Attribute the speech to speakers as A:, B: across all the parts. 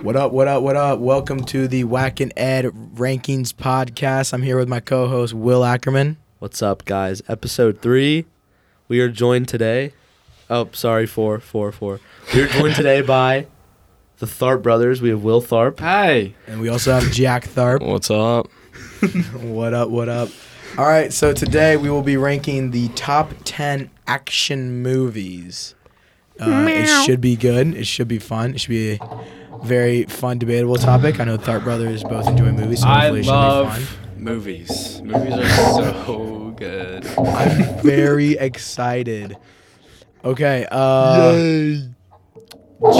A: What up, what up, what up? Welcome to the Whack and Ed Rankings Podcast. I'm here with my co host, Will Ackerman.
B: What's up, guys? Episode three. We are joined today. Oh, sorry, four, four, four. We are joined today by the Tharp brothers. We have Will Tharp.
C: Hi.
A: And we also have Jack Tharp.
D: What's up?
A: What up, what up? All right, so today we will be ranking the top 10 action movies. Uh, it should be good. It should be fun. It should be a very fun, debatable topic. I know Tharp Brothers both enjoy movies, so
C: I
A: hopefully it should be fun.
C: love movies. Movies are so good.
A: I'm very excited. Okay. Uh,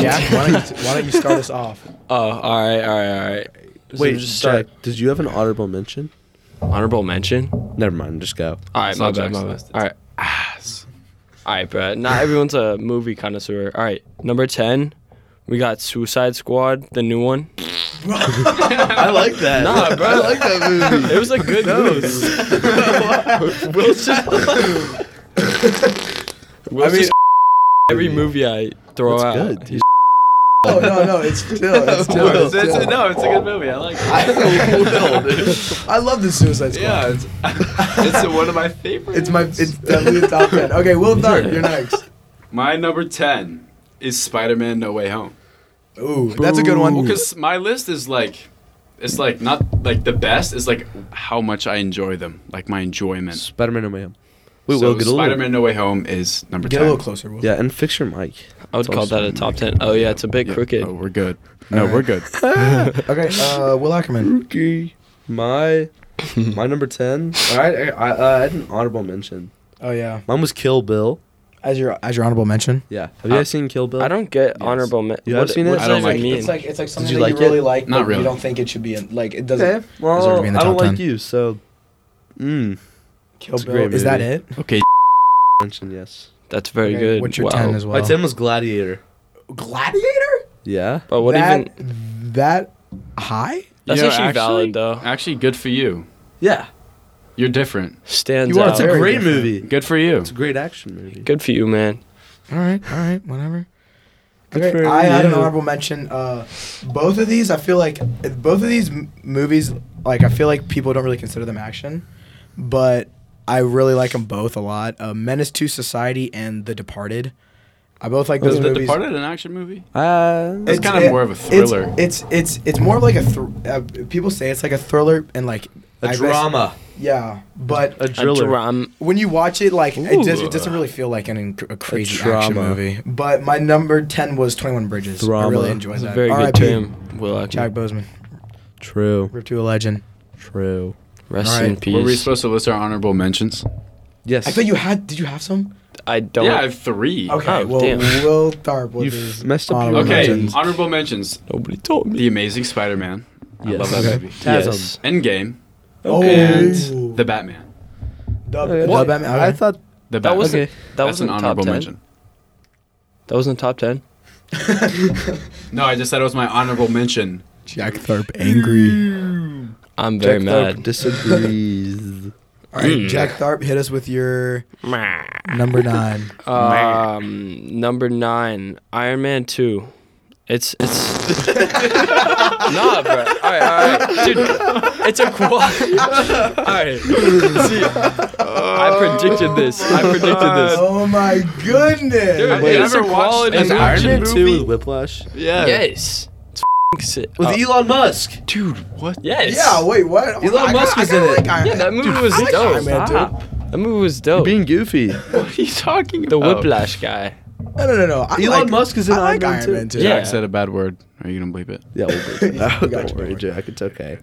A: Jack, why don't, you, why don't you start us off?
D: Oh, all right, all right, all right. So
B: Wait,
D: just
B: Jack,
D: start
B: did you have an honorable mention?
D: honorable mention.
B: Never mind, just go.
D: All right,
C: It's
D: my
C: not
D: bad,
C: Jack's
D: my bad.
C: list,
D: All right, ass. All right, Brad. Not everyone's a movie connoisseur. All right, number ten, we got Suicide Squad, the new one.
B: I like that.
D: Nah, bro. I like
B: that movie.
D: It was a good movie.
B: Will's just
A: I
D: Will's
A: mean-
D: just every movie I throw
B: That's
D: out.
B: good.
D: he's-
A: Oh no, no, it's chill. It's chill. It's chill.
C: no, it's a good movie. I like it.
A: I love the Suicide Squad.
C: Yeah, it's, it's one of my favorites.
A: It's my, it's definitely the top ten. Okay, Will Tharp, you're next.
C: my number 10 is Spider Man No Way Home.
A: Ooh, that's a good
C: Well,
A: one.
C: because my list is like, it's like not like the best, it's like how much I enjoy them, like my enjoyment.
B: Spider-Man No Way Home. Wait,
C: so
B: Will, get a little.
C: Spider Man No Way Home is number
A: Get a
C: 10.
A: little closer, Will.
B: Yeah, and fix your mic.
D: I would call that a top ten. Oh yeah, it's a bit
C: Yeah,
D: crooked.
C: Oh, we're good. No, we're good.
A: Okay, uh, Will Ackerman.
B: Rookie. My my number ten. All right, I, uh, I, I had an honorable mention.
A: Oh yeah,
B: Mine was Kill Bill.
A: as your as your honorable mention.
B: Yeah. Have you
D: Uh,
B: guys seen Kill Bill?
D: I don't get
B: Yes.
D: honorable mention.
B: You have seen it?
D: What does
C: I don't
D: that
C: like it.
D: even mean?
A: It's like it's like something
B: you
A: that
B: like
A: you really
B: it?
A: like,
C: Not
A: but
C: really.
A: you don't think it should be in. Like it doesn't.
B: Okay.
A: deserve to
B: Well,
A: be
B: I
A: in the
B: don't
A: top
B: like
A: 10.
B: you, so. Mm.
A: Kill
B: It's a great
A: Bill. Is that
B: movie.
A: it?
D: okay,
B: Mention yes.
D: that's very
A: Okay,
D: good.
A: What's your
D: wow.
A: ten as well?
B: My ten was Gladiator.
A: Gladiator.
B: Yeah.
D: But what
A: that,
D: even?
A: that high?
D: That's
C: You know,
D: actually, valid though.
C: Actually, good for you.
B: Yeah.
C: You're different.
D: Stands
B: You
D: out.
B: are. It's a
A: Very
B: great
A: different.
B: movie.
C: Good for you.
B: It's a great action movie.
D: Good for you, man.
A: All right, all right, whatever.
B: Good
A: Okay,
B: for
A: I had an
B: you.
A: honorable mention. Uh, both of these, I feel like uh, both of these m- movies, like I feel like people don't really consider them action, but I really like them both a lot. Uh, Menace to Society and The Departed. I both like those
C: Is The
A: movies.
C: Departed an action movie?
B: Uh,
C: It's kind of more of a
A: it's-
C: thriller.
A: It's it's it's, more of like a thr uh, people say it's like a thriller and like
B: a
A: I guess-
B: drama.
A: yeah, but
B: A
D: A
B: driller.
D: drum-
A: when you watch it, like it, does,
C: Ooh.
A: it doesn't really feel like an inc- a crazy action
B: drama.
A: movie. But my number ten was Twenty One Bridges. I
B: Drama.
A: really enjoyed
D: That's
A: that.
D: a very good
A: R.I.P.
D: term. Will Ackman.
A: Jack Bozeman,
B: True.
A: Rip to a legend.
B: True.
D: Rest
A: Alright,
D: in
A: what
C: Were we
D: peace.
C: supposed to list our honorable mentions?
B: Yes.
A: I thought you had. Did you have some?
D: I don't.
C: Yeah, I have three.
A: Okay.
D: Oh,
A: well,
D: damn.
A: Will Tharp was
B: You've
A: his
B: messed up your
A: honorable
C: Okay,
A: mentions.
C: honorable mentions.
D: Nobody told me.
C: The Amazing Spider-Man. I
B: Yes.
C: love that
A: Okay.
C: movie.
B: Yes.
C: Endgame
A: Oh,
C: and The Batman.
A: the,
B: Okay.
A: the
B: Oh, What?
A: Batman.
B: I
A: okay.
B: thought.
C: The
D: That
C: Batman.
D: wasn't. That
C: That's an
D: wasn't top
C: honorable
D: ten.
C: mention.
D: That wasn't top ten.
C: No, I just said it was my honorable mention.
A: Jack Tharp angry.
D: I'm very
B: Jack Thorpe
D: mad.
B: disagrees.
A: All
D: Hmm.
A: right, Jack Tharp, hit us with your number nine.
D: Um, number nine, Iron Man two. It's it's. nah, bro. All right, all right, dude. It's a quad. all right. See, I predicted this. I predicted this.
A: Oh my goodness!
C: Dude,
D: Wait,
C: you
D: it's
C: ever
D: a
C: watched
D: quality
C: an
B: Is Iron Man
C: action
B: 2
C: movie?
B: with Whiplash?
C: Yeah.
D: Yes. It's f***ing sick.
B: With
D: Uh,
B: Elon Musk.
C: Dude, what?
D: Yes.
A: yeah, wait, what?
B: Elon
A: I- I-
B: Musk
A: I
B: is
A: kinda
B: in it.
A: like Iron
D: Yeah,
A: Man.
D: that movie was
A: I like
D: dope.
A: Iron Man, dude.
D: Stop. That movie was dope.
B: Being goofy.
C: What are you talking
D: the
C: about?
D: Whiplash guy.
A: No, no, no, no. I
B: Elon
A: like,
B: Musk is in
A: I like
B: Iron Man
A: Iron
B: too.
A: Man too.
D: Yeah.
C: Jack said a bad word. Are you gonna believe it?
B: Yeah, we'll do that.
A: You got
B: Don't
A: you,
B: worry,
A: don't worry.
B: Jack. It's okay.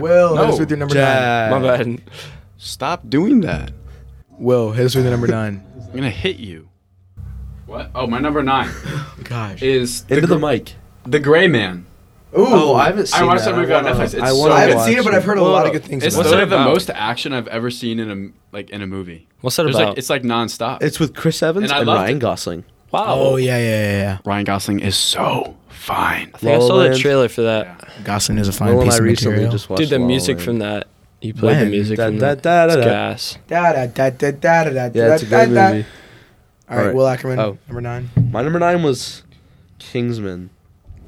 A: Will, hit us
C: No.
A: with your number nine.
B: Jack.
D: My bad.
C: Stop doing that.
A: Will, hit us with your number nine.
C: I'm gonna hit you. What? Oh, my number nine
A: Gosh.
C: is the,
B: Into the
C: Gr-
B: mic.
C: the Gray Man.
B: Oh, I haven't seen
C: I watched that movie on
B: wanna-
C: Netflix. It's
B: I
C: so
B: wanna
C: good.
A: I haven't
B: watch
A: seen it, but I've heard a
D: Well,
A: lot of good things
C: It's
A: about
D: What's
A: it.
D: it
C: literally the
D: about?
C: most action I've ever seen in a like in a movie.
D: What's that
C: There's
D: about?
C: Like, it's like nonstop.
B: It's with Chris Evans
C: And
B: and,
C: I loved
B: Ryan
C: it.
B: Gosling.
D: wow.
A: Oh, yeah, yeah, yeah,
C: Ryan Gosling is so fine.
D: I think I saw the
B: Lowland.
D: trailer for that.
A: yeah. Gosling is a fine
B: Will and
A: piece
B: I
A: of
B: recently
A: material.
B: just watched
D: Dude, the
B: La La
D: music
B: Land.
D: from that. You played the
A: When?
D: music
B: Da-
D: from
B: da-
D: that.
B: da- da-
D: it's
B: da.
D: gas.
A: Da, da, da, da, da, da, da,
B: Yeah, it's a
A: da,
B: great
A: da.
B: movie.
A: All right,
B: Alright.
A: Will Ackerman,
B: Oh.
A: number nine.
B: My number nine was Kingsman.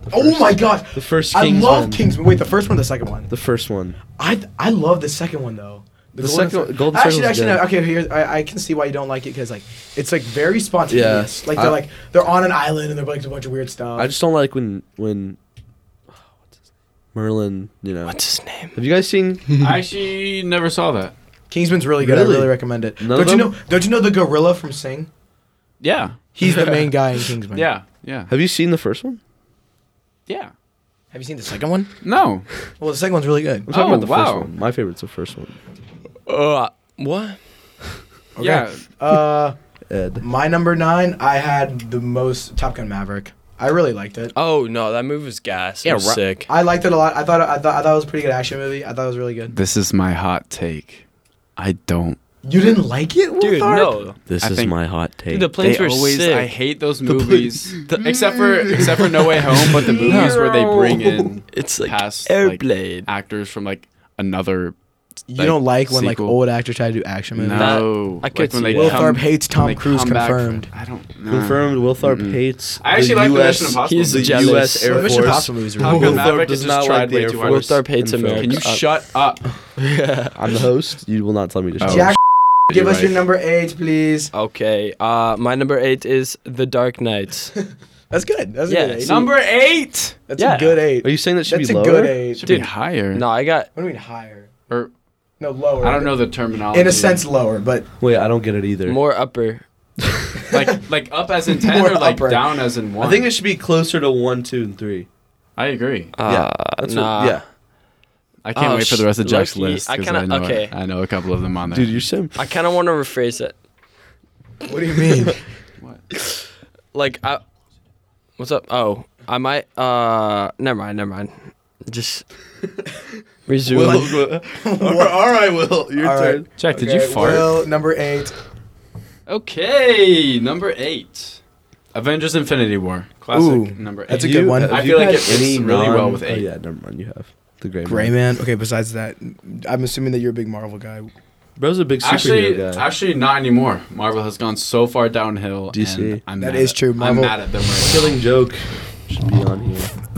B: The
A: Oh
B: first-
A: my gosh.
B: The first
A: I
B: Kingsman.
A: love Kingsman. Wait, the first one, or the second one.
B: The first one.
A: I I love the second one though.
B: The
A: Golden
B: second-
A: Cir-
B: Golden
A: actually,
B: Circle's
A: actually,
B: good.
A: no, okay. Here, I, I can see why you don't like it because like it's like very spontaneous.
B: Yeah,
A: like they're
B: I-
A: like they're on an island and they're like a bunch of weird stuff.
B: I just don't like when when Merlin. You know.
D: What's his name?
B: Have you guys seen?
C: I actually never saw that.
A: Kingsman's really good. I
B: Really?
A: really recommend it.
B: None of
A: don't you
B: them?
A: know? Don't you know the gorilla from Sing?
C: Yeah.
A: He's the main guy in Kingsman.
C: Yeah. Yeah.
B: Have you seen the first one?
C: Yeah.
A: Have you seen the second one?
C: No.
A: Well, the second one's really good.
B: I'm talking
C: Oh,
B: about the first
C: wow.
B: one. My favorite's the first one.
D: Uh, what?
C: Yeah.
A: Uh,
B: Ed.
A: my number nine, I had the most Top Gun Maverick. I really liked it.
D: Oh no, that movie was gas. It
B: Yeah,
D: was
B: right.
D: sick.
A: I liked it a lot. I thought I thought I thought it was a pretty good action movie. I thought it was really good.
C: This is my hot take. I don't.
A: You didn't like it, Will
D: Dude,
A: Tharp?
D: no.
B: This
C: I is think- my
B: hot take.
D: Dude, the planes
C: they
D: were
C: always.
D: sick.
C: I hate those movies, The- except for except for No Way Home. But the movies where they bring in
D: it's like
C: past like,
D: Airblade.
C: actors from like another.
A: You
C: like,
A: don't like when like
C: sequel.
A: old actors try to do action movies.
C: No,
D: I could
C: when
D: see
C: they
D: that. Will
A: Tharp
C: come-
A: hates
C: when
A: Tom
C: they
A: Cruise,
C: come back for-
A: confirmed.
C: I don't know.
B: Confirmed. Will Tharp
C: Mm-mm.
B: hates.
C: Mm-hmm. I actually
B: the
C: like the
B: US,
C: Mission Impossible
D: he's
B: the
C: movies.
D: jealous.
B: U.S. Air
A: The Mission
B: Force.
A: Impossible movies are
C: Top
A: really
B: Will
C: Gun
A: good.
C: Maverick
B: Tharp
C: is
B: does
C: just
B: not
C: tried
B: like the
C: way
B: Air
C: too
B: Force.
C: hard.
D: Will Tharp hates
B: Confirmed.
D: America.
C: Can you
D: Uh,
C: shut up?
B: I'm the host. You will not tell me to shut
C: Oh,
B: up.
A: Jack, give
C: You're
A: us your
C: right.
A: number eight, please.
D: Okay. Uh, my number eight is The Dark Knight.
A: That's good. That's
D: Yeah,
A: a good eight.
D: some-
C: Number eight.
A: That's
D: yeah.
A: a good eight.
B: Are you saying that should
A: That's
B: be
A: a
B: lower?
A: good eight.
C: Should
D: Dude.
C: be higher.
D: no, I got.
A: What do you mean higher?
C: Or
A: No, lower.
C: I don't know the terminology.
A: In a sense, lower, but
B: Wait, I don't get it either.
D: More upper.
C: like like up as in ten
A: More
C: or like
A: upper.
C: down as in one.
B: I think it should be closer to one, two, and three.
C: I agree.
D: Uh,
B: That's
D: nah.
B: what, yeah.
C: I can't
D: Oh,
C: wait for
D: sh-
C: the rest of Jack's
D: low-key,
C: list.
D: I
C: 'cause
D: kinda-
C: know it.
D: okay.
C: I know a couple of them on there.
B: Dude, you're sim.
D: I kind of want to rephrase it.
A: what do you mean?
D: Like, I. What's up? Oh, I might. Uh, never mind. Never mind. Just resume.
B: all right, Will. Your
A: All right.
C: Jack, did you
A: Okay,
C: fart?
A: Will, number eight.
C: Okay, number eight, Avengers: Infinity War, classic
A: Ooh,
C: number eight.
A: that's a good one.
B: have
C: I
B: you
C: feel like
B: had
C: it fits
B: any
C: really
B: non-
C: well with
B: Oh,
C: eight.
B: yeah, never mind. You have the Gray,
A: Gray
B: Man.
A: Man. Okay, besides that, I'm assuming that you're a big Marvel guy.
B: Bro's a big superhero
C: Actually,
B: guy.
C: actually, not anymore. Marvel has gone so far downhill.
B: DC.
C: and I'm
A: That
C: mad
A: is
C: at-
A: true, Marvel-
C: I'm mad at them. Right now.
B: Killing Joke should be on here.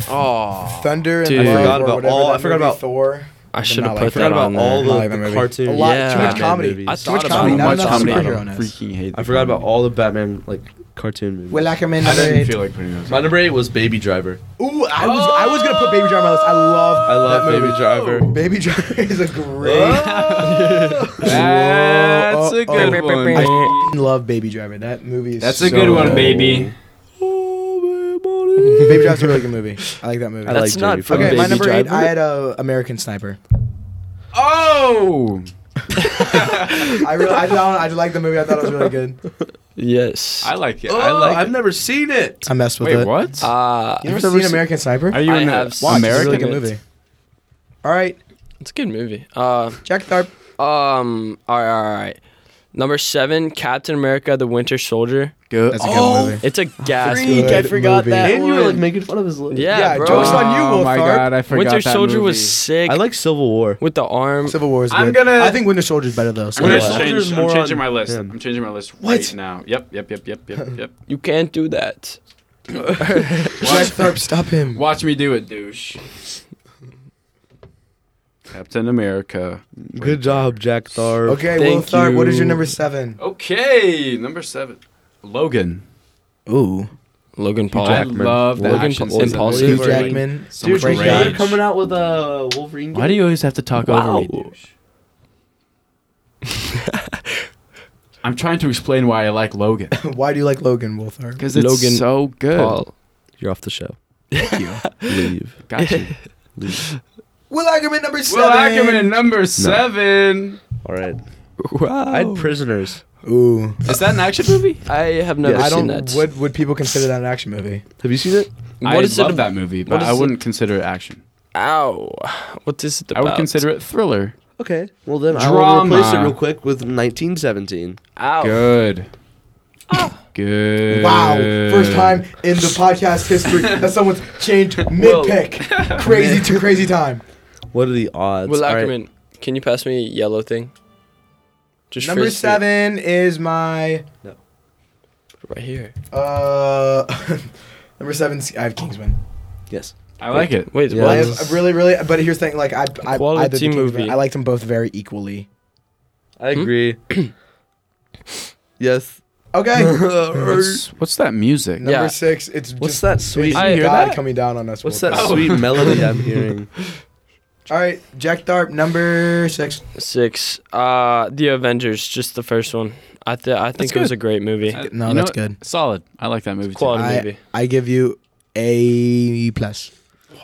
D: oh,
A: Thunder and
D: Dude.
A: Love
D: I forgot
A: or
B: about
A: whatever
B: all-
A: that
B: I forgot
A: movie,
B: about-
A: Thor.
D: I should have
A: not
D: put
A: like
B: Forgot
D: that
A: that.
B: about
D: on
B: all
D: there.
A: Not
B: the,
A: even
B: the
A: movie.
B: cartoon.
A: A lot-
D: too much
B: Batman
A: comedy.
B: movies.
D: I
B: I,
A: Too much
D: thought about
A: comedy,
D: it.
A: not
C: much
A: enough
C: comedy.
A: superhero-ness.
C: freaking hate. the
B: forgot about
C: comedy.
B: all the Batman like cartoon movies.
A: Will I come in
C: I
A: number
C: didn't
A: eight?
C: feel like putting those.
B: My
C: on.
B: number eight was Baby Driver.
A: Ooh, I was I was gonna put Baby Driver on my list. I
B: I
A: love that
B: love Baby
A: movie.
B: Driver.
A: Baby Driver is a
C: Oh!
A: great.
C: That's a
A: Oh,
C: good
D: oh, oh.
C: one.
D: I-
C: baby.
A: I love Baby Driver. That movie is.
C: That's a
A: so
C: good one,
A: good.
C: baby. Oh!
A: Baby Driver's a really good movie. I like that movie.
B: I
D: That's
B: like
D: not
B: Jodie
D: from
B: Foster.
A: okay,
D: Baby
A: my number eight. I
D: Driver.
A: had a American Sniper.
C: Oh,
A: I really, I, thought- I like the movie. I thought it was really good.
D: yes.
C: I like it. I like.
B: Oh, I've
C: it.
B: never seen it.
A: I messed with
C: Wait,
A: it.
C: what?
D: Uh,
A: You ever
D: I've
A: seen,
D: never seen-
A: American Sniper?
C: Are you
D: I
C: in
D: have
C: the
D: seen-
A: Watch, it's a
C: American?
A: really good
D: American?
A: movie. All right,
D: It's a good movie. Uh,
A: Jack Tharp.
D: um, all right, all right. Number seven, Captain America: The Winter Soldier.
C: Good.
A: That's a good
C: oh,
A: movie.
D: It's a gas.
A: Freak,
D: movie.
A: I forgot
B: And
A: that
B: you were like
A: one.
B: making fun of his look.
D: Yeah,
A: Yeah,
D: bro.
A: jokes on you, Will
C: Oh my
A: Tharp.
C: god, I forgot
D: Winter
C: that
D: Soldier
C: movie.
D: was sick.
B: I like Civil War.
D: with the arm.
A: Civil War is good.
C: I'm gonna-
A: I think Winter Soldier's better though. so-
C: I'm,
B: Winter
C: gonna
B: Soldier's
C: change,
B: more
C: I'm
B: on
C: changing my list.
B: him.
C: I'm changing my list right now. Yep, yep, yep, yep, yep, yep.
D: you can't do that.
A: Jack Tharp, stop him.
C: Watch me do it, douche. Captain America.
B: Good job, Jack Tharp.
A: Okay, Will
D: Thank
A: Tharp. What is your
D: you.
A: number seven?
C: Okay, number seven. Logan.
A: Ooh,
D: Logan Paul.
C: I
B: Jackman.
C: love the
B: Logan
C: action
B: Paul-
C: scenes in
D: Impulsive.
A: Hugh
C: Wolverine.
A: Jackman.
C: So much
A: Great
C: rage.
A: guy.
C: They're coming
B: out with a Wolverine.
C: Why do you always have to talk over me, douche? I'm trying to explain why I like Logan.
A: Why do you like Logan, Will Tharp?
C: Because it's
D: Logan
C: so good.
D: Paul.
B: You're off the show.
C: Thank you.
B: Leave.
C: Got you.
B: Leave.
A: Will Ackerman number seven.
C: Will Ackerman, number seven.
B: All right.
D: Wow.
B: I had prisoners.
A: Ooh,
C: Is that an action movie?
D: I have never
B: Yeah,
A: I
D: seen
A: don't.
D: that.
A: Would would people consider that an action movie?
B: Have you seen it?
C: I
D: what is
C: love
D: it?
C: that movie,
D: what
C: but
D: is
C: I
D: it-
C: wouldn't consider it action.
D: Ow. What is it
C: I
D: about?
C: would consider it thriller.
B: Okay. Well then, I'll replace it
C: Drama.
B: real quick with 1917.
C: Oh.
D: Ow.
C: Good. Oh. Good.
A: Wow,
D: Uh,
A: first time in the podcast history that someone's changed mid pick. Crazy to crazy time.
B: What are the odds?
D: Will
B: All right.
D: Ackerman, can you pass me yellow thing? Just
A: Number
D: first-
A: seven is my
D: right here.
A: uh Number seven, I have Kingsman.
B: Yes.
C: I like it.
D: Wait,
B: Yeah.
A: Well, I
D: what?
B: Yes.
A: have, I really, really. But here's the thing: like I, I, I,
D: Quality movie.
A: I liked them both very equally.
B: I agree. Hmm? yes.
A: Okay.
B: What's
C: What's, what's that music?
A: Number
D: Yeah.
A: six, it's just
B: that sweet?
A: it's
D: I hear
A: God
D: that?
A: coming down on us.
B: What's
A: Will
B: that
A: Ferrell.
B: sweet melody I'm hearing?
A: All right, Jack Tharp, number six.
D: Six. Uh, The Avengers, just the first one. I th- I
C: That's
D: think it was
C: good.
D: a great movie.
C: Uh,
A: No,
C: you
A: that's
C: what?
A: good.
C: Solid. I like that movie.
D: Quality
A: I,
D: movie.
A: I give you a plus.
C: Too.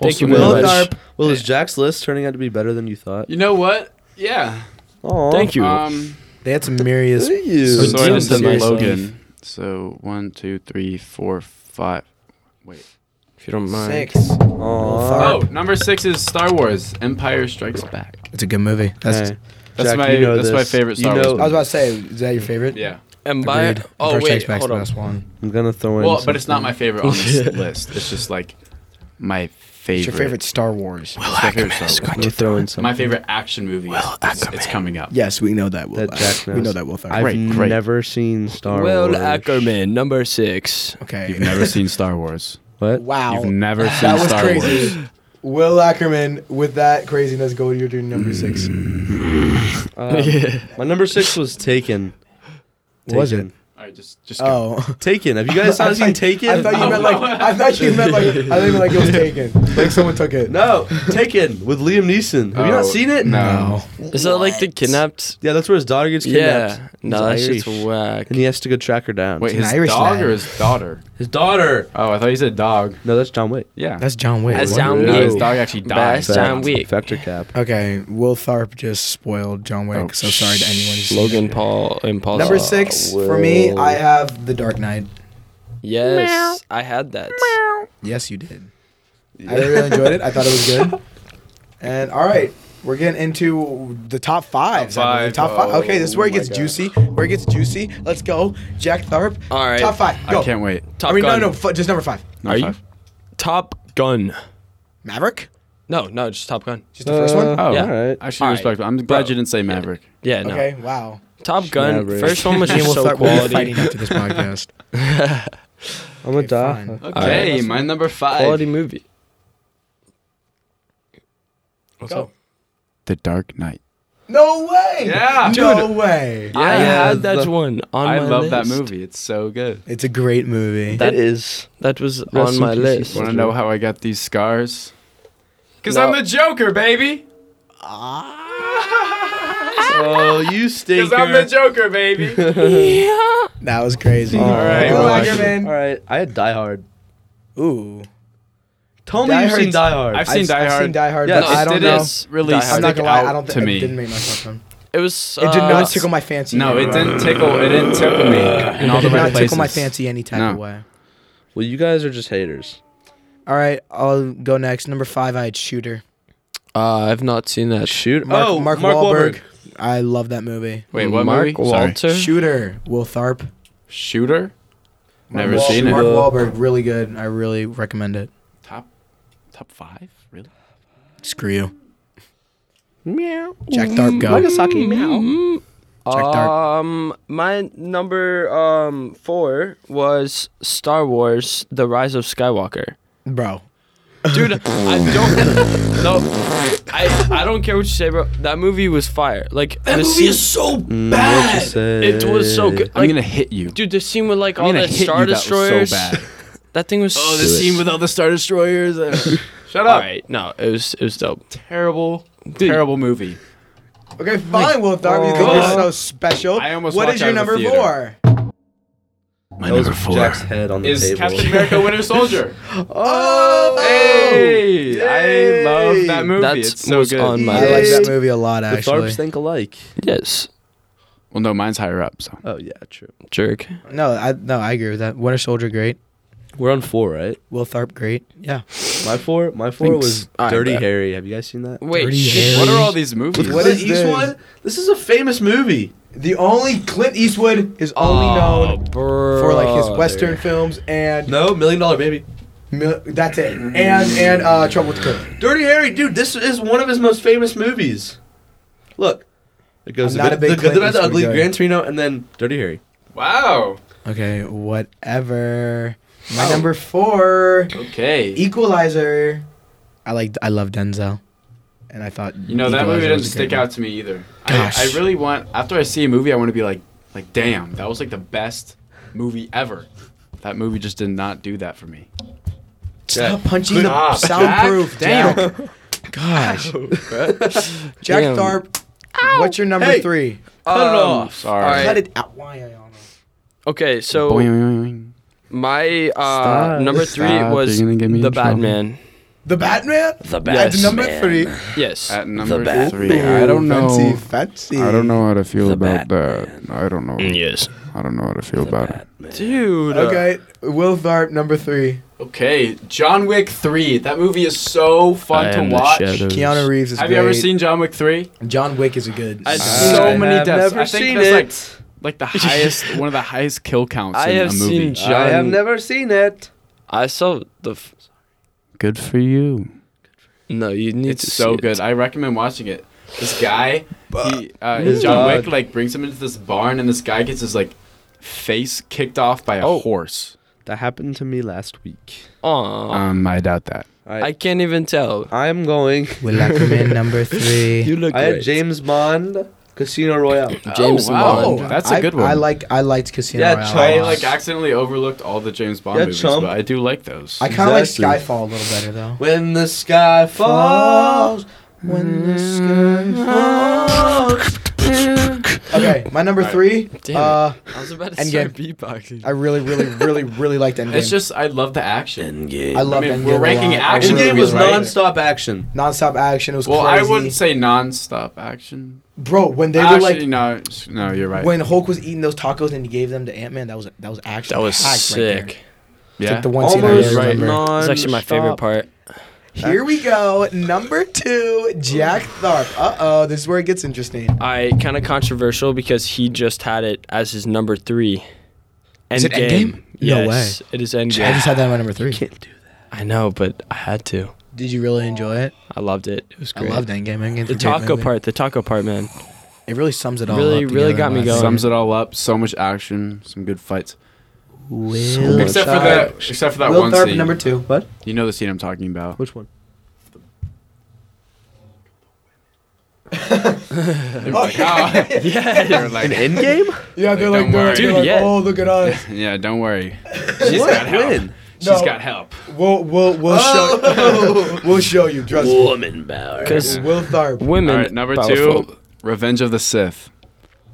D: Thank you
C: Wholesome
D: very
B: Will,
C: movie.
D: much.
B: is, Will, is Jack's list turning out to be better than you thought?
C: You know what? Yeah.
B: Aw.
D: Thank you.
C: Um,
A: They had some myriad.
B: Thank you.
C: so
D: Dude,
C: sorry, this is
D: something nice.
C: Logan. So one, two, three, four, five. Wait.
D: if you don't mind.
A: Six.
B: Aw.
A: Tharp.
C: Oh, number six is Star Wars: Empire Strikes Back.
A: It's a good movie. That's,
B: Hey,
C: That's
B: Jack,
C: my-
B: you know
C: that's
B: this.
C: my favorite Star
B: you know,
A: I was about to say, is that your favorite?
C: Yeah.
D: And by
A: Agreed.
D: oh
A: First
D: wait,
A: Jack's Back's
D: hold
A: the
D: on.
A: best one.
B: I'm gonna throw in.
C: Well, but it's not
B: something.
C: my favorite on this list. It's just like my favorite.
A: It's your favorite Star Wars.
C: It's my favorite Star Wars.
B: I'm gonna throw in something.
C: My favorite action movie. is it's, it's coming up.
A: Yes, we know that. Will
B: That
A: Ferrell.
B: Jack
A: We
B: knows.
A: know that Will Ferrell.
B: I've
C: Great, great.
B: never seen Star
D: Will
B: Wars.
D: Ackerman, number six.
A: okay.
C: You've never seen Star Wars.
B: What?
A: wow.
C: You've never seen
A: that was
C: Star
A: crazy.
C: Wars.
A: Will Ackerman, with that craziness, go to your dude number six.
B: Uh, My number six was Taken.
A: Was it?
B: Taken.
C: All right, just just go.
A: Oh.
B: Taken. Have you guys
A: I
B: not seen
A: thought-
B: Taken?
A: I thought you meant like I thought you meant like I thought you meant like it was taken. Like someone took it.
B: No, Taken with Liam Neeson. Have you
C: Oh,
B: not seen it?
C: No.
D: Is that like the kidnapped?
B: Yeah, that's where his daughter gets kidnapped.
D: Yeah.
B: He's
D: No, that
B: Irish.
D: shit's whack.
B: And he has to go track her down.
C: Wait,
A: an
C: his
A: Irish
C: dog
A: lad.
C: or his daughter?
B: his daughter.
C: Oh, I thought you said dog.
B: No, that's John Wick.
C: Yeah.
A: That's John Wick.
D: That's
A: What?
D: John
C: no, his
D: Wick.
C: dog actually died.
D: That's John Wick.
B: Factor cap.
A: Okay, Will Tharp just spoiled John Wick.
C: Oh,
A: so sorry to anyone. who's seen
D: Logan
A: it.
D: Paul Impulse.
A: Number six for me, I have The Dark Knight.
D: Yes, I had that.
A: Yes, you did. I really enjoyed it. I thought it was good. And all right, we're getting into the top five.
C: Top
A: I believe.
C: five.
A: Top five.
C: Oh,
A: Okay, this is where it
C: my
A: gets
C: God.
A: juicy. Where it gets juicy. Let's go, Jack Tharp.
D: All right.
A: Top five. Go.
C: I can't wait.
D: Top
A: I mean,
D: Gun.
A: no, no, f- just number five.
D: Are you Top Gun?
A: Maverick.
D: No, no, just Top Gun.
A: Just the first one.
C: Oh,
D: Yeah.
B: all right.
C: I should
D: All right.
C: respect. I'm glad you didn't say Maverick.
D: Yeah, no.
A: Okay. Wow.
D: Top Gun.
B: Maverick.
D: First one was
A: Me and
D: just
A: Will
D: so
A: Tharp will be
D: quality.
A: fighting after this podcast.
B: I'm a
A: Okay,
B: dog.
A: fine.
C: Okay,
D: right.
C: my number five.
D: Quality movie. What's
A: Go.
D: up?
C: The Dark Knight.
A: No way.
C: Yeah.
A: No way.
D: I
B: Yeah,
D: had that
B: the-
D: one on
C: I
D: my
C: love that
D: list.
C: movie. It's so good.
A: It's a great movie.
D: That-
B: That is.
D: That was
B: Rest
D: on
B: in
D: my
B: peace,
D: list.
B: Ethan.
C: Want to know how I got these scars? Cause
D: No.
C: I'm the Joker, baby.
B: Oh, you
C: Cause I'm the
B: stinker.
C: Joker, baby.
A: that was crazy.
B: All right,
A: Will
C: well, I-
B: All
A: Ackerman.
B: right. I had Die Hard.
A: Ooh.
B: Tell me
A: Die
B: you've
A: Hard's-
B: seen Die Hard.
C: I've seen Die
A: I've
C: Hard.
A: seen Die Hard.
B: Yeah,
A: but
C: No,
B: it's-
A: I don't
C: it
A: know.
C: is really
D: Die
A: I'm
D: Hard.
A: not
C: stick
A: gonna lie.
C: out
A: I don't think
C: to
A: it
C: me.
A: didn't make much sense. man.
D: It was.
A: It did
D: uh,
A: not tickle my fancy.
C: no, it didn't tickle. It didn't tickle me in all
A: It
C: the
A: did not
C: right places.
A: tickle my fancy any type
C: No.
A: of way.
B: Well, you guys are just haters.
A: All right, I'll go next. Number five, I had Shooter.
D: Uh, I've not seen that.
B: Shoot.
A: Mark,
B: oh,
A: Mark, Wahlberg. I love that movie.
C: Wait, what
D: Mark
C: movie? Sorry.
D: Walter.
A: Shooter. Will Tharp.
C: Shooter.
A: Mark
C: Never
A: Wahl-
C: seen it.
A: Mark Wahlberg, really good. I really recommend it.
C: Top, top five. Really?
A: Screw you.
B: Meow.
A: Jack Tharp, go.
B: Nagasaki. Meow.
A: Check dark.
D: Um, my number um four was Star Wars: The Rise of Skywalker.
A: Bro.
D: Dude, I don't. no, I I don't care what you say, bro. That movie was fire. Like the scene,
C: so
A: Mm,
B: What'd you say?
D: it was so good.
C: I'm
D: Like,
C: gonna hit you.
D: dude, the scene with like
C: I'm
D: all
C: gonna
D: the
C: hit
D: star
C: you. That was
D: destroyers.
C: so bad.
D: That thing was.
C: Oh,
D: so
C: the scene with all the Star Destroyers. uh, Shut
D: All
C: up.
D: right, no, it was it was dope.
C: Terrible, terrible movie.
A: Okay, fine, Will Tharp. You think
C: God.
A: you're so special.
C: I almost
A: What
C: walked
A: is your
C: out of the
A: number
C: theater.
A: four?
C: My
B: That was Jack's head on the
C: is
B: table.
C: Captain America Winter Soldier.
A: Oh!
C: hey!
A: Yay!
C: I love that movie.
D: That's
C: it's so
D: what's
C: good.
D: on my
A: I like
D: list.
A: that movie a lot,
B: The
A: actually.
B: Tharps think alike.
D: Yes,
C: Well, no, mine's higher up. So
B: Oh yeah, true.
D: jerk.
A: No, I no, I agree with that. Winter Soldier, great.
B: We're on four, right?
A: Will Tharp, great. Yeah.
B: My four, my four
D: Thanks.
B: was
D: All right,
B: Dirty
D: bro.
B: Harry. Have you guys seen that?
D: Wait,
A: Dirty
D: shit.
A: Harry.
C: what are all these movies?
A: What is this?
B: This is a famous movie.
A: The only Clint Eastwood is only
D: Oh,
A: known for like his
D: brother.
A: Western films and
B: No, Million Dollar Baby.
A: mil- that's it. And and uh, Trouble with the Curve.
B: Dirty Harry, dude. This is one of his most famous movies. Look, it
A: I'm
B: goes the
A: not
B: good,
A: a big
B: the, good,
A: Clint
B: the bad, the
A: Eastwood
B: ugly,
A: guy.
B: Gran Torino, and then Dirty Harry.
C: Wow.
A: Okay, whatever. My number four,
C: Okay.
A: Equalizer. I like. I love Denzel, and I thought
C: You know that
A: Equalizer
C: movie
A: was a
C: didn't
A: good
C: stick
A: one.
C: out to me either.
A: Gosh.
C: I, I really want after I see a movie, I want to be like, like, damn, that was like the best movie ever. That movie just did not do that for me.
A: Stop punching
C: Good Ah,
A: the
C: job,
A: soundproof,
C: Jack.
A: Jack. Gosh,
B: Oh,
A: Jack
D: Damn.
A: Tharp. What's your number
B: Hey.
A: three?
D: Cut
B: Um,
C: Sorry.
D: All right.
A: Cut it out. Why I don't know.
D: Okay, so
C: Boing.
D: my uh,
B: Stop.
D: number three
C: Stop,
D: was
C: you're gonna get me
D: the
C: in trouble.
D: Batman.
A: The Batman.
D: The
A: At
D: Batman.
A: number three.
D: Yes.
C: At number
B: Bat-
C: three, I don't know.
A: Fancy, fancy.
C: I don't know how to feel
B: The
C: about
B: Batman.
C: that. I don't know.
D: yes.
C: I don't know how to feel about it.
D: Dude.
A: Okay, Will Tharp, number three.
C: Okay, John Wick three. That movie is so fun to watch. Have
A: Keanu Reeves is
C: you ever
A: great.
C: seen John Wick three?
A: John Wick is a good.
D: I've
A: solid-
D: seen-
C: so many
B: have
C: deaths.
B: never
C: I think
B: seen
C: that's like like the highest, one of the highest kill counts
D: I
C: in
D: have
C: a movie.
D: seen John.
B: I have never seen it.
D: I saw the. F-
C: Good for you.
D: no, you need
C: It's
D: to
C: so
D: see it.
C: good. I recommend watching it. This guy, he, uh, his John Wick,
B: God.
C: like brings him into this barn, and this guy gets his like face kicked off by a
D: Oh.
C: horse.
B: That happened to me last week.
D: Aw.
C: Um, I doubt that.
D: I can't even tell.
B: I'm going.
A: Will I come in number three?
D: look
B: I had James Bond, Casino Royale.
D: James
C: Oh, wow.
D: Bond.
C: That's a
A: I-
C: good one.
A: I like. I liked Casino
B: Yeah,
A: Royale.
B: Chai,
A: a
C: I
A: lot.
C: like accidentally overlooked all the James Bond
B: Yeah,
C: movies,
B: chump.
C: but I do like those.
A: I kind of like
B: Exactly.
A: Skyfall a little better though.
B: When the sky falls, when the sky falls.
A: Okay, my number
C: Alright.
A: three.
D: Damn it.
A: Uh,
D: I was about to
A: Endgame.
D: start beatboxing.
A: I really, really, really, really liked Endgame.
C: it's just I love the action.
B: Endgame.
A: I love
C: I mean,
A: Endgame.
C: we're
A: a
C: ranking
A: lot. I
C: action
B: Action
A: really,
B: game was
A: really liked it.
B: non-stop action.
A: Non-stop action. It was
C: Well,
A: crazy.
C: I wouldn't say non-stop action.
A: Bro, when they were
C: Actually,
A: like,
C: no, no, you're right.
A: when Hulk was eating those tacos and he gave them to Ant Man, that was that was action.
D: that was
A: packed right
D: sick.
A: there.
C: yeah.
A: Like the one scene I
B: Almost
A: really
C: right.
A: remember.
B: non.
D: It's actually my favorite part.
A: Here we go. Number two, Jack Tharp. Uh oh, this is where it gets interesting.
D: I kind of controversial because he just had it as his number three.
A: Is it Endgame? No
D: Yes, it is
A: I
D: Endgame.
A: just had that on my number three.
B: Can't do that.
D: I know, but I had to.
A: Did you really enjoy it?
D: I loved it. It was
A: I
D: great.
A: loved Endgame. Endgame's
D: the
A: a great
D: taco
A: movie.
D: part. The taco part, man.
A: It really sums it all
D: Really,
A: up.
D: really
A: together
D: got
A: in
D: me
A: my
D: going.
A: opinion.
C: Sums it all up. So much action. Some good fights.
A: Will
C: Except for
A: Tharp.
C: that. Except for that
A: Will
C: one
A: Tharp,
C: scene.
A: number two.
B: What?
C: you know the scene I'm talking about.
B: Which one?
C: Oh yeah.
D: Yeah.
B: An Endgame?
A: Yeah,
C: they're Like, like, don't they're- worry. they're
D: like, yeah. "Oh,
A: look at us.
C: yeah. Don't worry.
B: She's
C: got help. She's
A: No.
C: got help.
A: We'll we'll we'll show we'll show you. Trust me.
B: Woman power.
D: Because
A: Will Tharp.
D: women.
C: All right. Number
D: powerful.
C: two. Revenge of the Sith.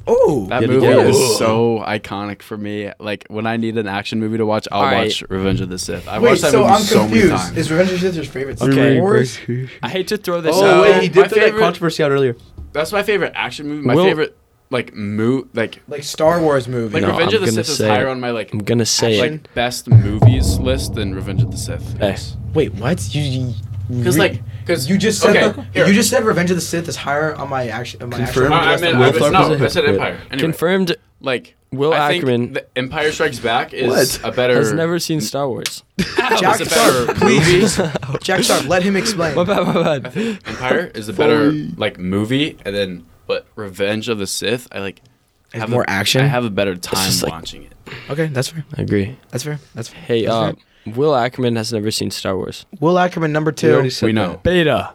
A: Oh,
C: That
B: Yet
C: movie
B: again.
C: is so iconic for me. Like when I need an action movie to watch, I'll
D: All right.
C: watch Revenge of the Sith. I
A: wait.
C: watched that
A: So
C: movie
A: I'm
C: so many
A: confused.
C: times.
A: Is Revenge of the Sith your favorite? Star
D: Okay.
A: Wars?
D: I hate to throw this
B: Oh
D: out.
B: wait, he
C: my
B: did throw that
C: favorite-
B: controversy out earlier.
C: That's my favorite action movie. My
D: Will-
C: favorite like mo like
A: Like Star Wars movie.
C: like
D: No,
C: Revenge of
D: I'm
C: the
D: gonna
C: Sith is
D: say
C: higher
D: it.
C: on my like
D: I'm gonna say it. Eh.
C: like best movies list than Revenge of the Sith.
D: Hey.
A: wait, what? You
C: Because like because
A: you just said
C: okay, here.
A: you just said Revenge of the Sith is higher on my action. On my actual
B: Confirmed.
C: I, I
A: list than
C: meant
B: Will
C: I
A: Will
C: was,
B: Tharp
A: Tharp.
B: is
C: no,
B: a
C: I said
B: hypocrite.
C: Empire. Anyway,
D: Confirmed.
C: like
D: Will
C: I think
D: Ackerman-
C: the Empire Strikes Back is
B: What?
C: a better.
D: Has never seen Star Wars.
A: Jack
C: It's a better
A: Tharp, please. Jack Tharp, let him explain.
D: My bad. My
C: I
D: bad.
C: think Empire is a better like movie, and then but Revenge of the Sith, I like
A: It's
C: have
A: more
C: a-
A: action?
C: I have a better time
D: just like-
C: watching it.
A: Okay, that's fair.
D: I agree.
A: That's fair. That's fair.
D: Hey,
A: That's
D: uh,
A: fair.
D: Will Ackerman has never seen Star Wars.
A: Will Ackerman number
B: We already
A: two.
B: said
C: We
B: that.
C: know.
D: Beta. All
B: Off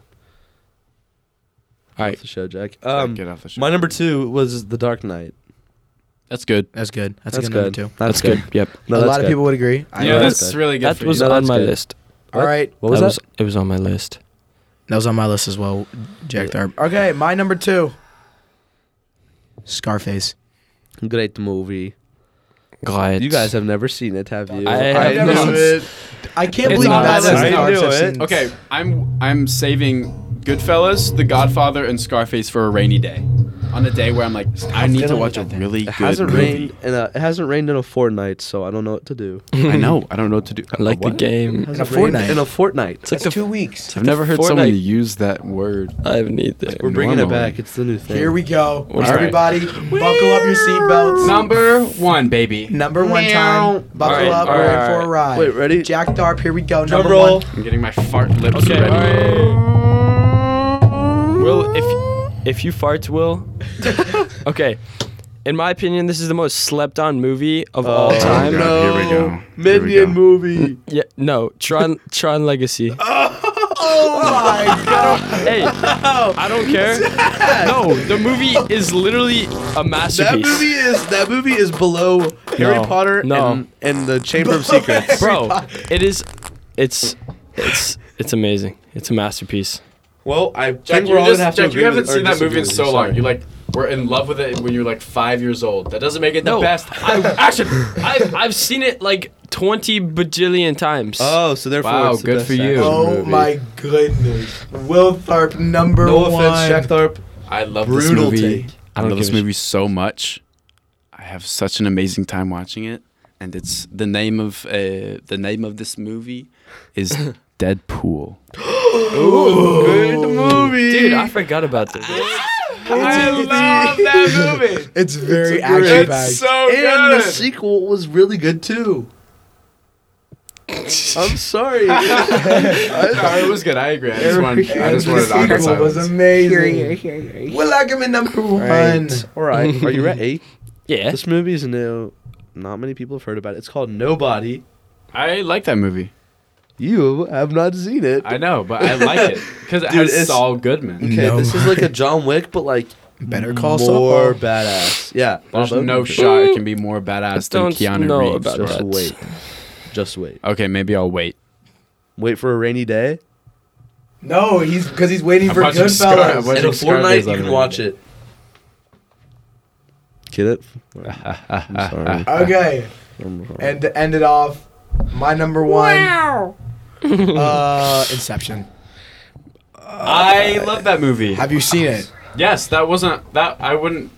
D: right.
B: the show, Jack. Um,
C: Get off the show.
B: my number two was The Dark Knight.
C: That's good.
A: That's good. That's,
B: That's
A: a good,
B: good.
A: number two.
D: That's good. Yep.
B: No,
A: a
B: that's
A: lot of
B: good.
A: people would agree. I
C: Yeah,
B: know
A: agree.
B: that's
C: that's
B: good.
C: really good.
D: That
C: for
D: was
C: you.
B: No,
D: on
B: that's
D: my
B: good.
D: list.
A: All right.
B: What was
D: that
B: that?
D: was it was on my list.
A: That was on my list as well, Jack Tharp. Okay, my number two. Scarface.
B: Great movie.
D: God.
B: You guys have never seen it, have you?
D: I
A: I
D: have
A: never
D: not.
A: seen it. I can't
D: It's
A: believe
D: on
A: that
D: my list.
A: is
B: I knew it.
C: Okay, I'm I'm saving Goodfellas, The Godfather, and Scarface for a rainy day. On a day where I'm like, I need to
A: feeling
C: watch a
A: that thing.
C: really
B: It
C: good
B: hasn't
C: movie.
B: rained in a it hasn't rained in a fortnight, so I don't know what to do.
C: I know. I don't know what to do.
D: I like the game.
A: In a fortnight.
B: In a fortnight.
D: It's like the
A: two weeks.
C: I've never heard someone
D: Fortnite.
C: use that word.
D: I need this.
B: We're bringing it
C: Normally.
B: back. It's the new thing.
A: Here we go.
D: All right.
A: Everybody, buckle up your seatbelts.
C: Number one, baby.
A: Number one
B: Meow.
A: time. Buckle
D: All right,
A: up.
D: all
A: We're
D: right,
A: in for a ride.
B: Wait, ready?
A: Jack Tharp, here we go.
B: Drum
A: number
B: roll.
A: one.
C: I'm getting my fart lips
D: Okay.
C: ready.
D: All right. Will, if if you fart, Will. okay. in my opinion, this is the most slept on movie of all
B: Oh.
D: time.
C: God. Here we go. Here we
B: Minion
C: go.
B: movie.
D: Yeah, no, Tron, Tron Legacy.
A: Oh my god!
D: Hey, I don't care. No, the movie is literally a masterpiece.
B: That movie is that movie is below Harry
D: No.
B: Potter
D: No.
B: and, and the Chamber of Secrets.
D: bro it is it's it's it's amazing it's a masterpiece
B: Well, I
C: Jack,
B: think we're
C: you,
B: all
C: just,
B: gonna have
C: Jack
B: to
C: you haven't
B: agree
C: seen that
B: with- or
C: movie in
B: disagree
C: so
B: with
C: long.
B: you,
C: You like were in love with it when you were like five years old. That doesn't make it the
D: No.
C: best. I actually.
D: I've, I've seen it like 20 bajillion times
B: Oh, so therefore,
C: Wow,
B: it's the
C: good
B: best
C: for you.
B: action
A: Oh
B: movie.
A: my goodness! Will Tharp number
B: No
A: one.
B: offense, Jack Tharp.
C: I love
B: Brutal
C: this movie.
B: take.
C: I,
D: don't
C: love this
D: give a
C: movie so much. I have such an amazing time watching it, and it's the name of uh, the name of this movie is Deadpool.
B: Good movie,
D: dude i forgot about this
C: I
A: it's-
C: love that movie.
A: It's very
B: It's a great-
A: action
C: It's
A: packed.
C: so
B: and the
C: good.
B: sequel was really good too. I'm sorry.
C: Sorry, it was good. I agree. I just wanted, I just wanted awkward
A: sequel was
C: silence.
A: amazing. Will I give me number one?
B: All right, are you ready?
D: yeah
B: This movie is new. Not many people have heard about it. It's called Nobody.
C: I like that movie.
B: You have not seen it.
C: I know, but I like it because it
B: Dude,
C: has
B: it's-
C: Saul Goodman.
B: Okay,
A: No.
B: this is like a John Wick, but like
A: Better call
B: more
A: Saul.
B: badass. Yeah,
C: There's
B: Bob
C: no
B: Odenkirk.
C: shot it can be more badass than
D: don't
C: Keanu
D: know
C: Reeves.
D: about
C: or-
D: that.
B: Just wait. Just wait.
C: Okay, maybe I'll wait.
B: Wait for a rainy day.
A: No, he's because he's waiting
C: I'm
A: for
C: watching Scar- I'm
A: Goodfellas.
C: watching-
B: In a
C: Scarface
B: fortnight, you
C: on a
B: can
C: rainy
B: watch
C: day.
B: it. Get it? I'm sorry.
A: Okay,
B: I'm sorry.
A: and to end it off, my number one. uh, Inception.
C: I love that movie.
A: Have you seen it?
C: Yes, that wasn't that. I wouldn't.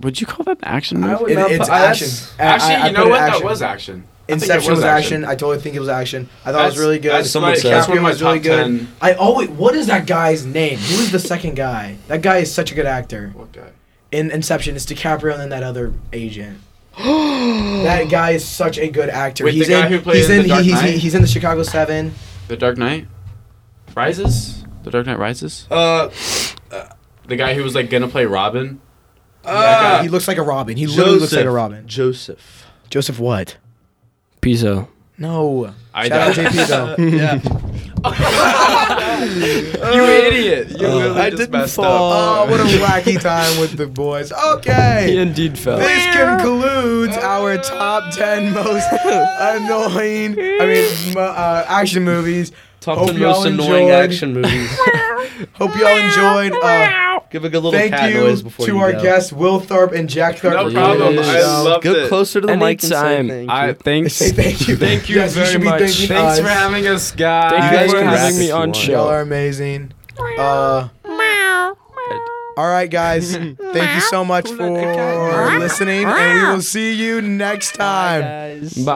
C: Would you call that an action movie?
A: It- it's action. I- I-
C: Actually,
A: I
C: you
A: put
C: know
A: it
C: what? That
A: action.
C: was action. I think it
A: Inception was action. I totally think it was action. I thought
C: That's-
A: it was really good.
C: that's
B: Someone my- said-
C: that's one
A: DiCaprio
C: of my
A: was really
C: top
A: good.
C: 10.
A: I always. What is that guy's name? Who is the second guy? That guy is such a good actor.
C: What guy?
A: In Inception, it's DiCaprio and then that other agent. that guy is such a good actor.
C: Wait, the
A: he's
C: guy
A: in,
C: who played
A: he's
C: in
A: in,
C: The Dark
A: he- he's,
C: Knight?
A: he's in the Chicago Seven.
C: The Dark Knight Rises. The Dark Knight Rises.
B: Uh,
C: The guy who was like gonna play Robin.
A: That guy,
B: uh,
A: he looks like a Robin. He literally looks like a Robin.
B: Joseph.
A: Joseph what?
D: pizza
A: No.
C: I
A: Shout out
C: don't-
A: JP though.
B: yeah.
C: You idiot! You literally
B: I
C: just
B: didn't
C: messed
B: fall.
C: up.
A: Oh, what a wacky time with the boys.
D: he
A: Okay.
D: indeed fell
A: This concludes our top 10 most annoying, I mean, mo- uh, action movies.
B: Top
A: Hope
B: 10
A: y'all
B: most annoying
A: enjoyed.
B: action movies.
A: Hope y'all enjoyed. Uh,
B: Give a good little
A: thank
B: cat
A: you
B: noise before
A: to
B: you
A: our
B: go.
A: guests, Will Tharp and Jack Tharp.
C: No
A: for
C: problem.
A: joining us.
C: I loved
B: Go
C: it.
B: closer to the mic and say
D: Anytime.
B: thank you.
C: I thanks.
A: Say thank you.
D: Thank you
A: Yes,
D: very
A: should be
D: much.
A: thanking
C: Thanks
A: us.
C: for having us, guys.
D: thank you,
B: guys
D: for
B: can wrap
D: having
B: if
D: me
B: you
D: on
B: want.
A: Y'all are
D: show
A: amazing. Uh, all right, guys. Thank you so much for listening, and we will see you next time.
D: Bye.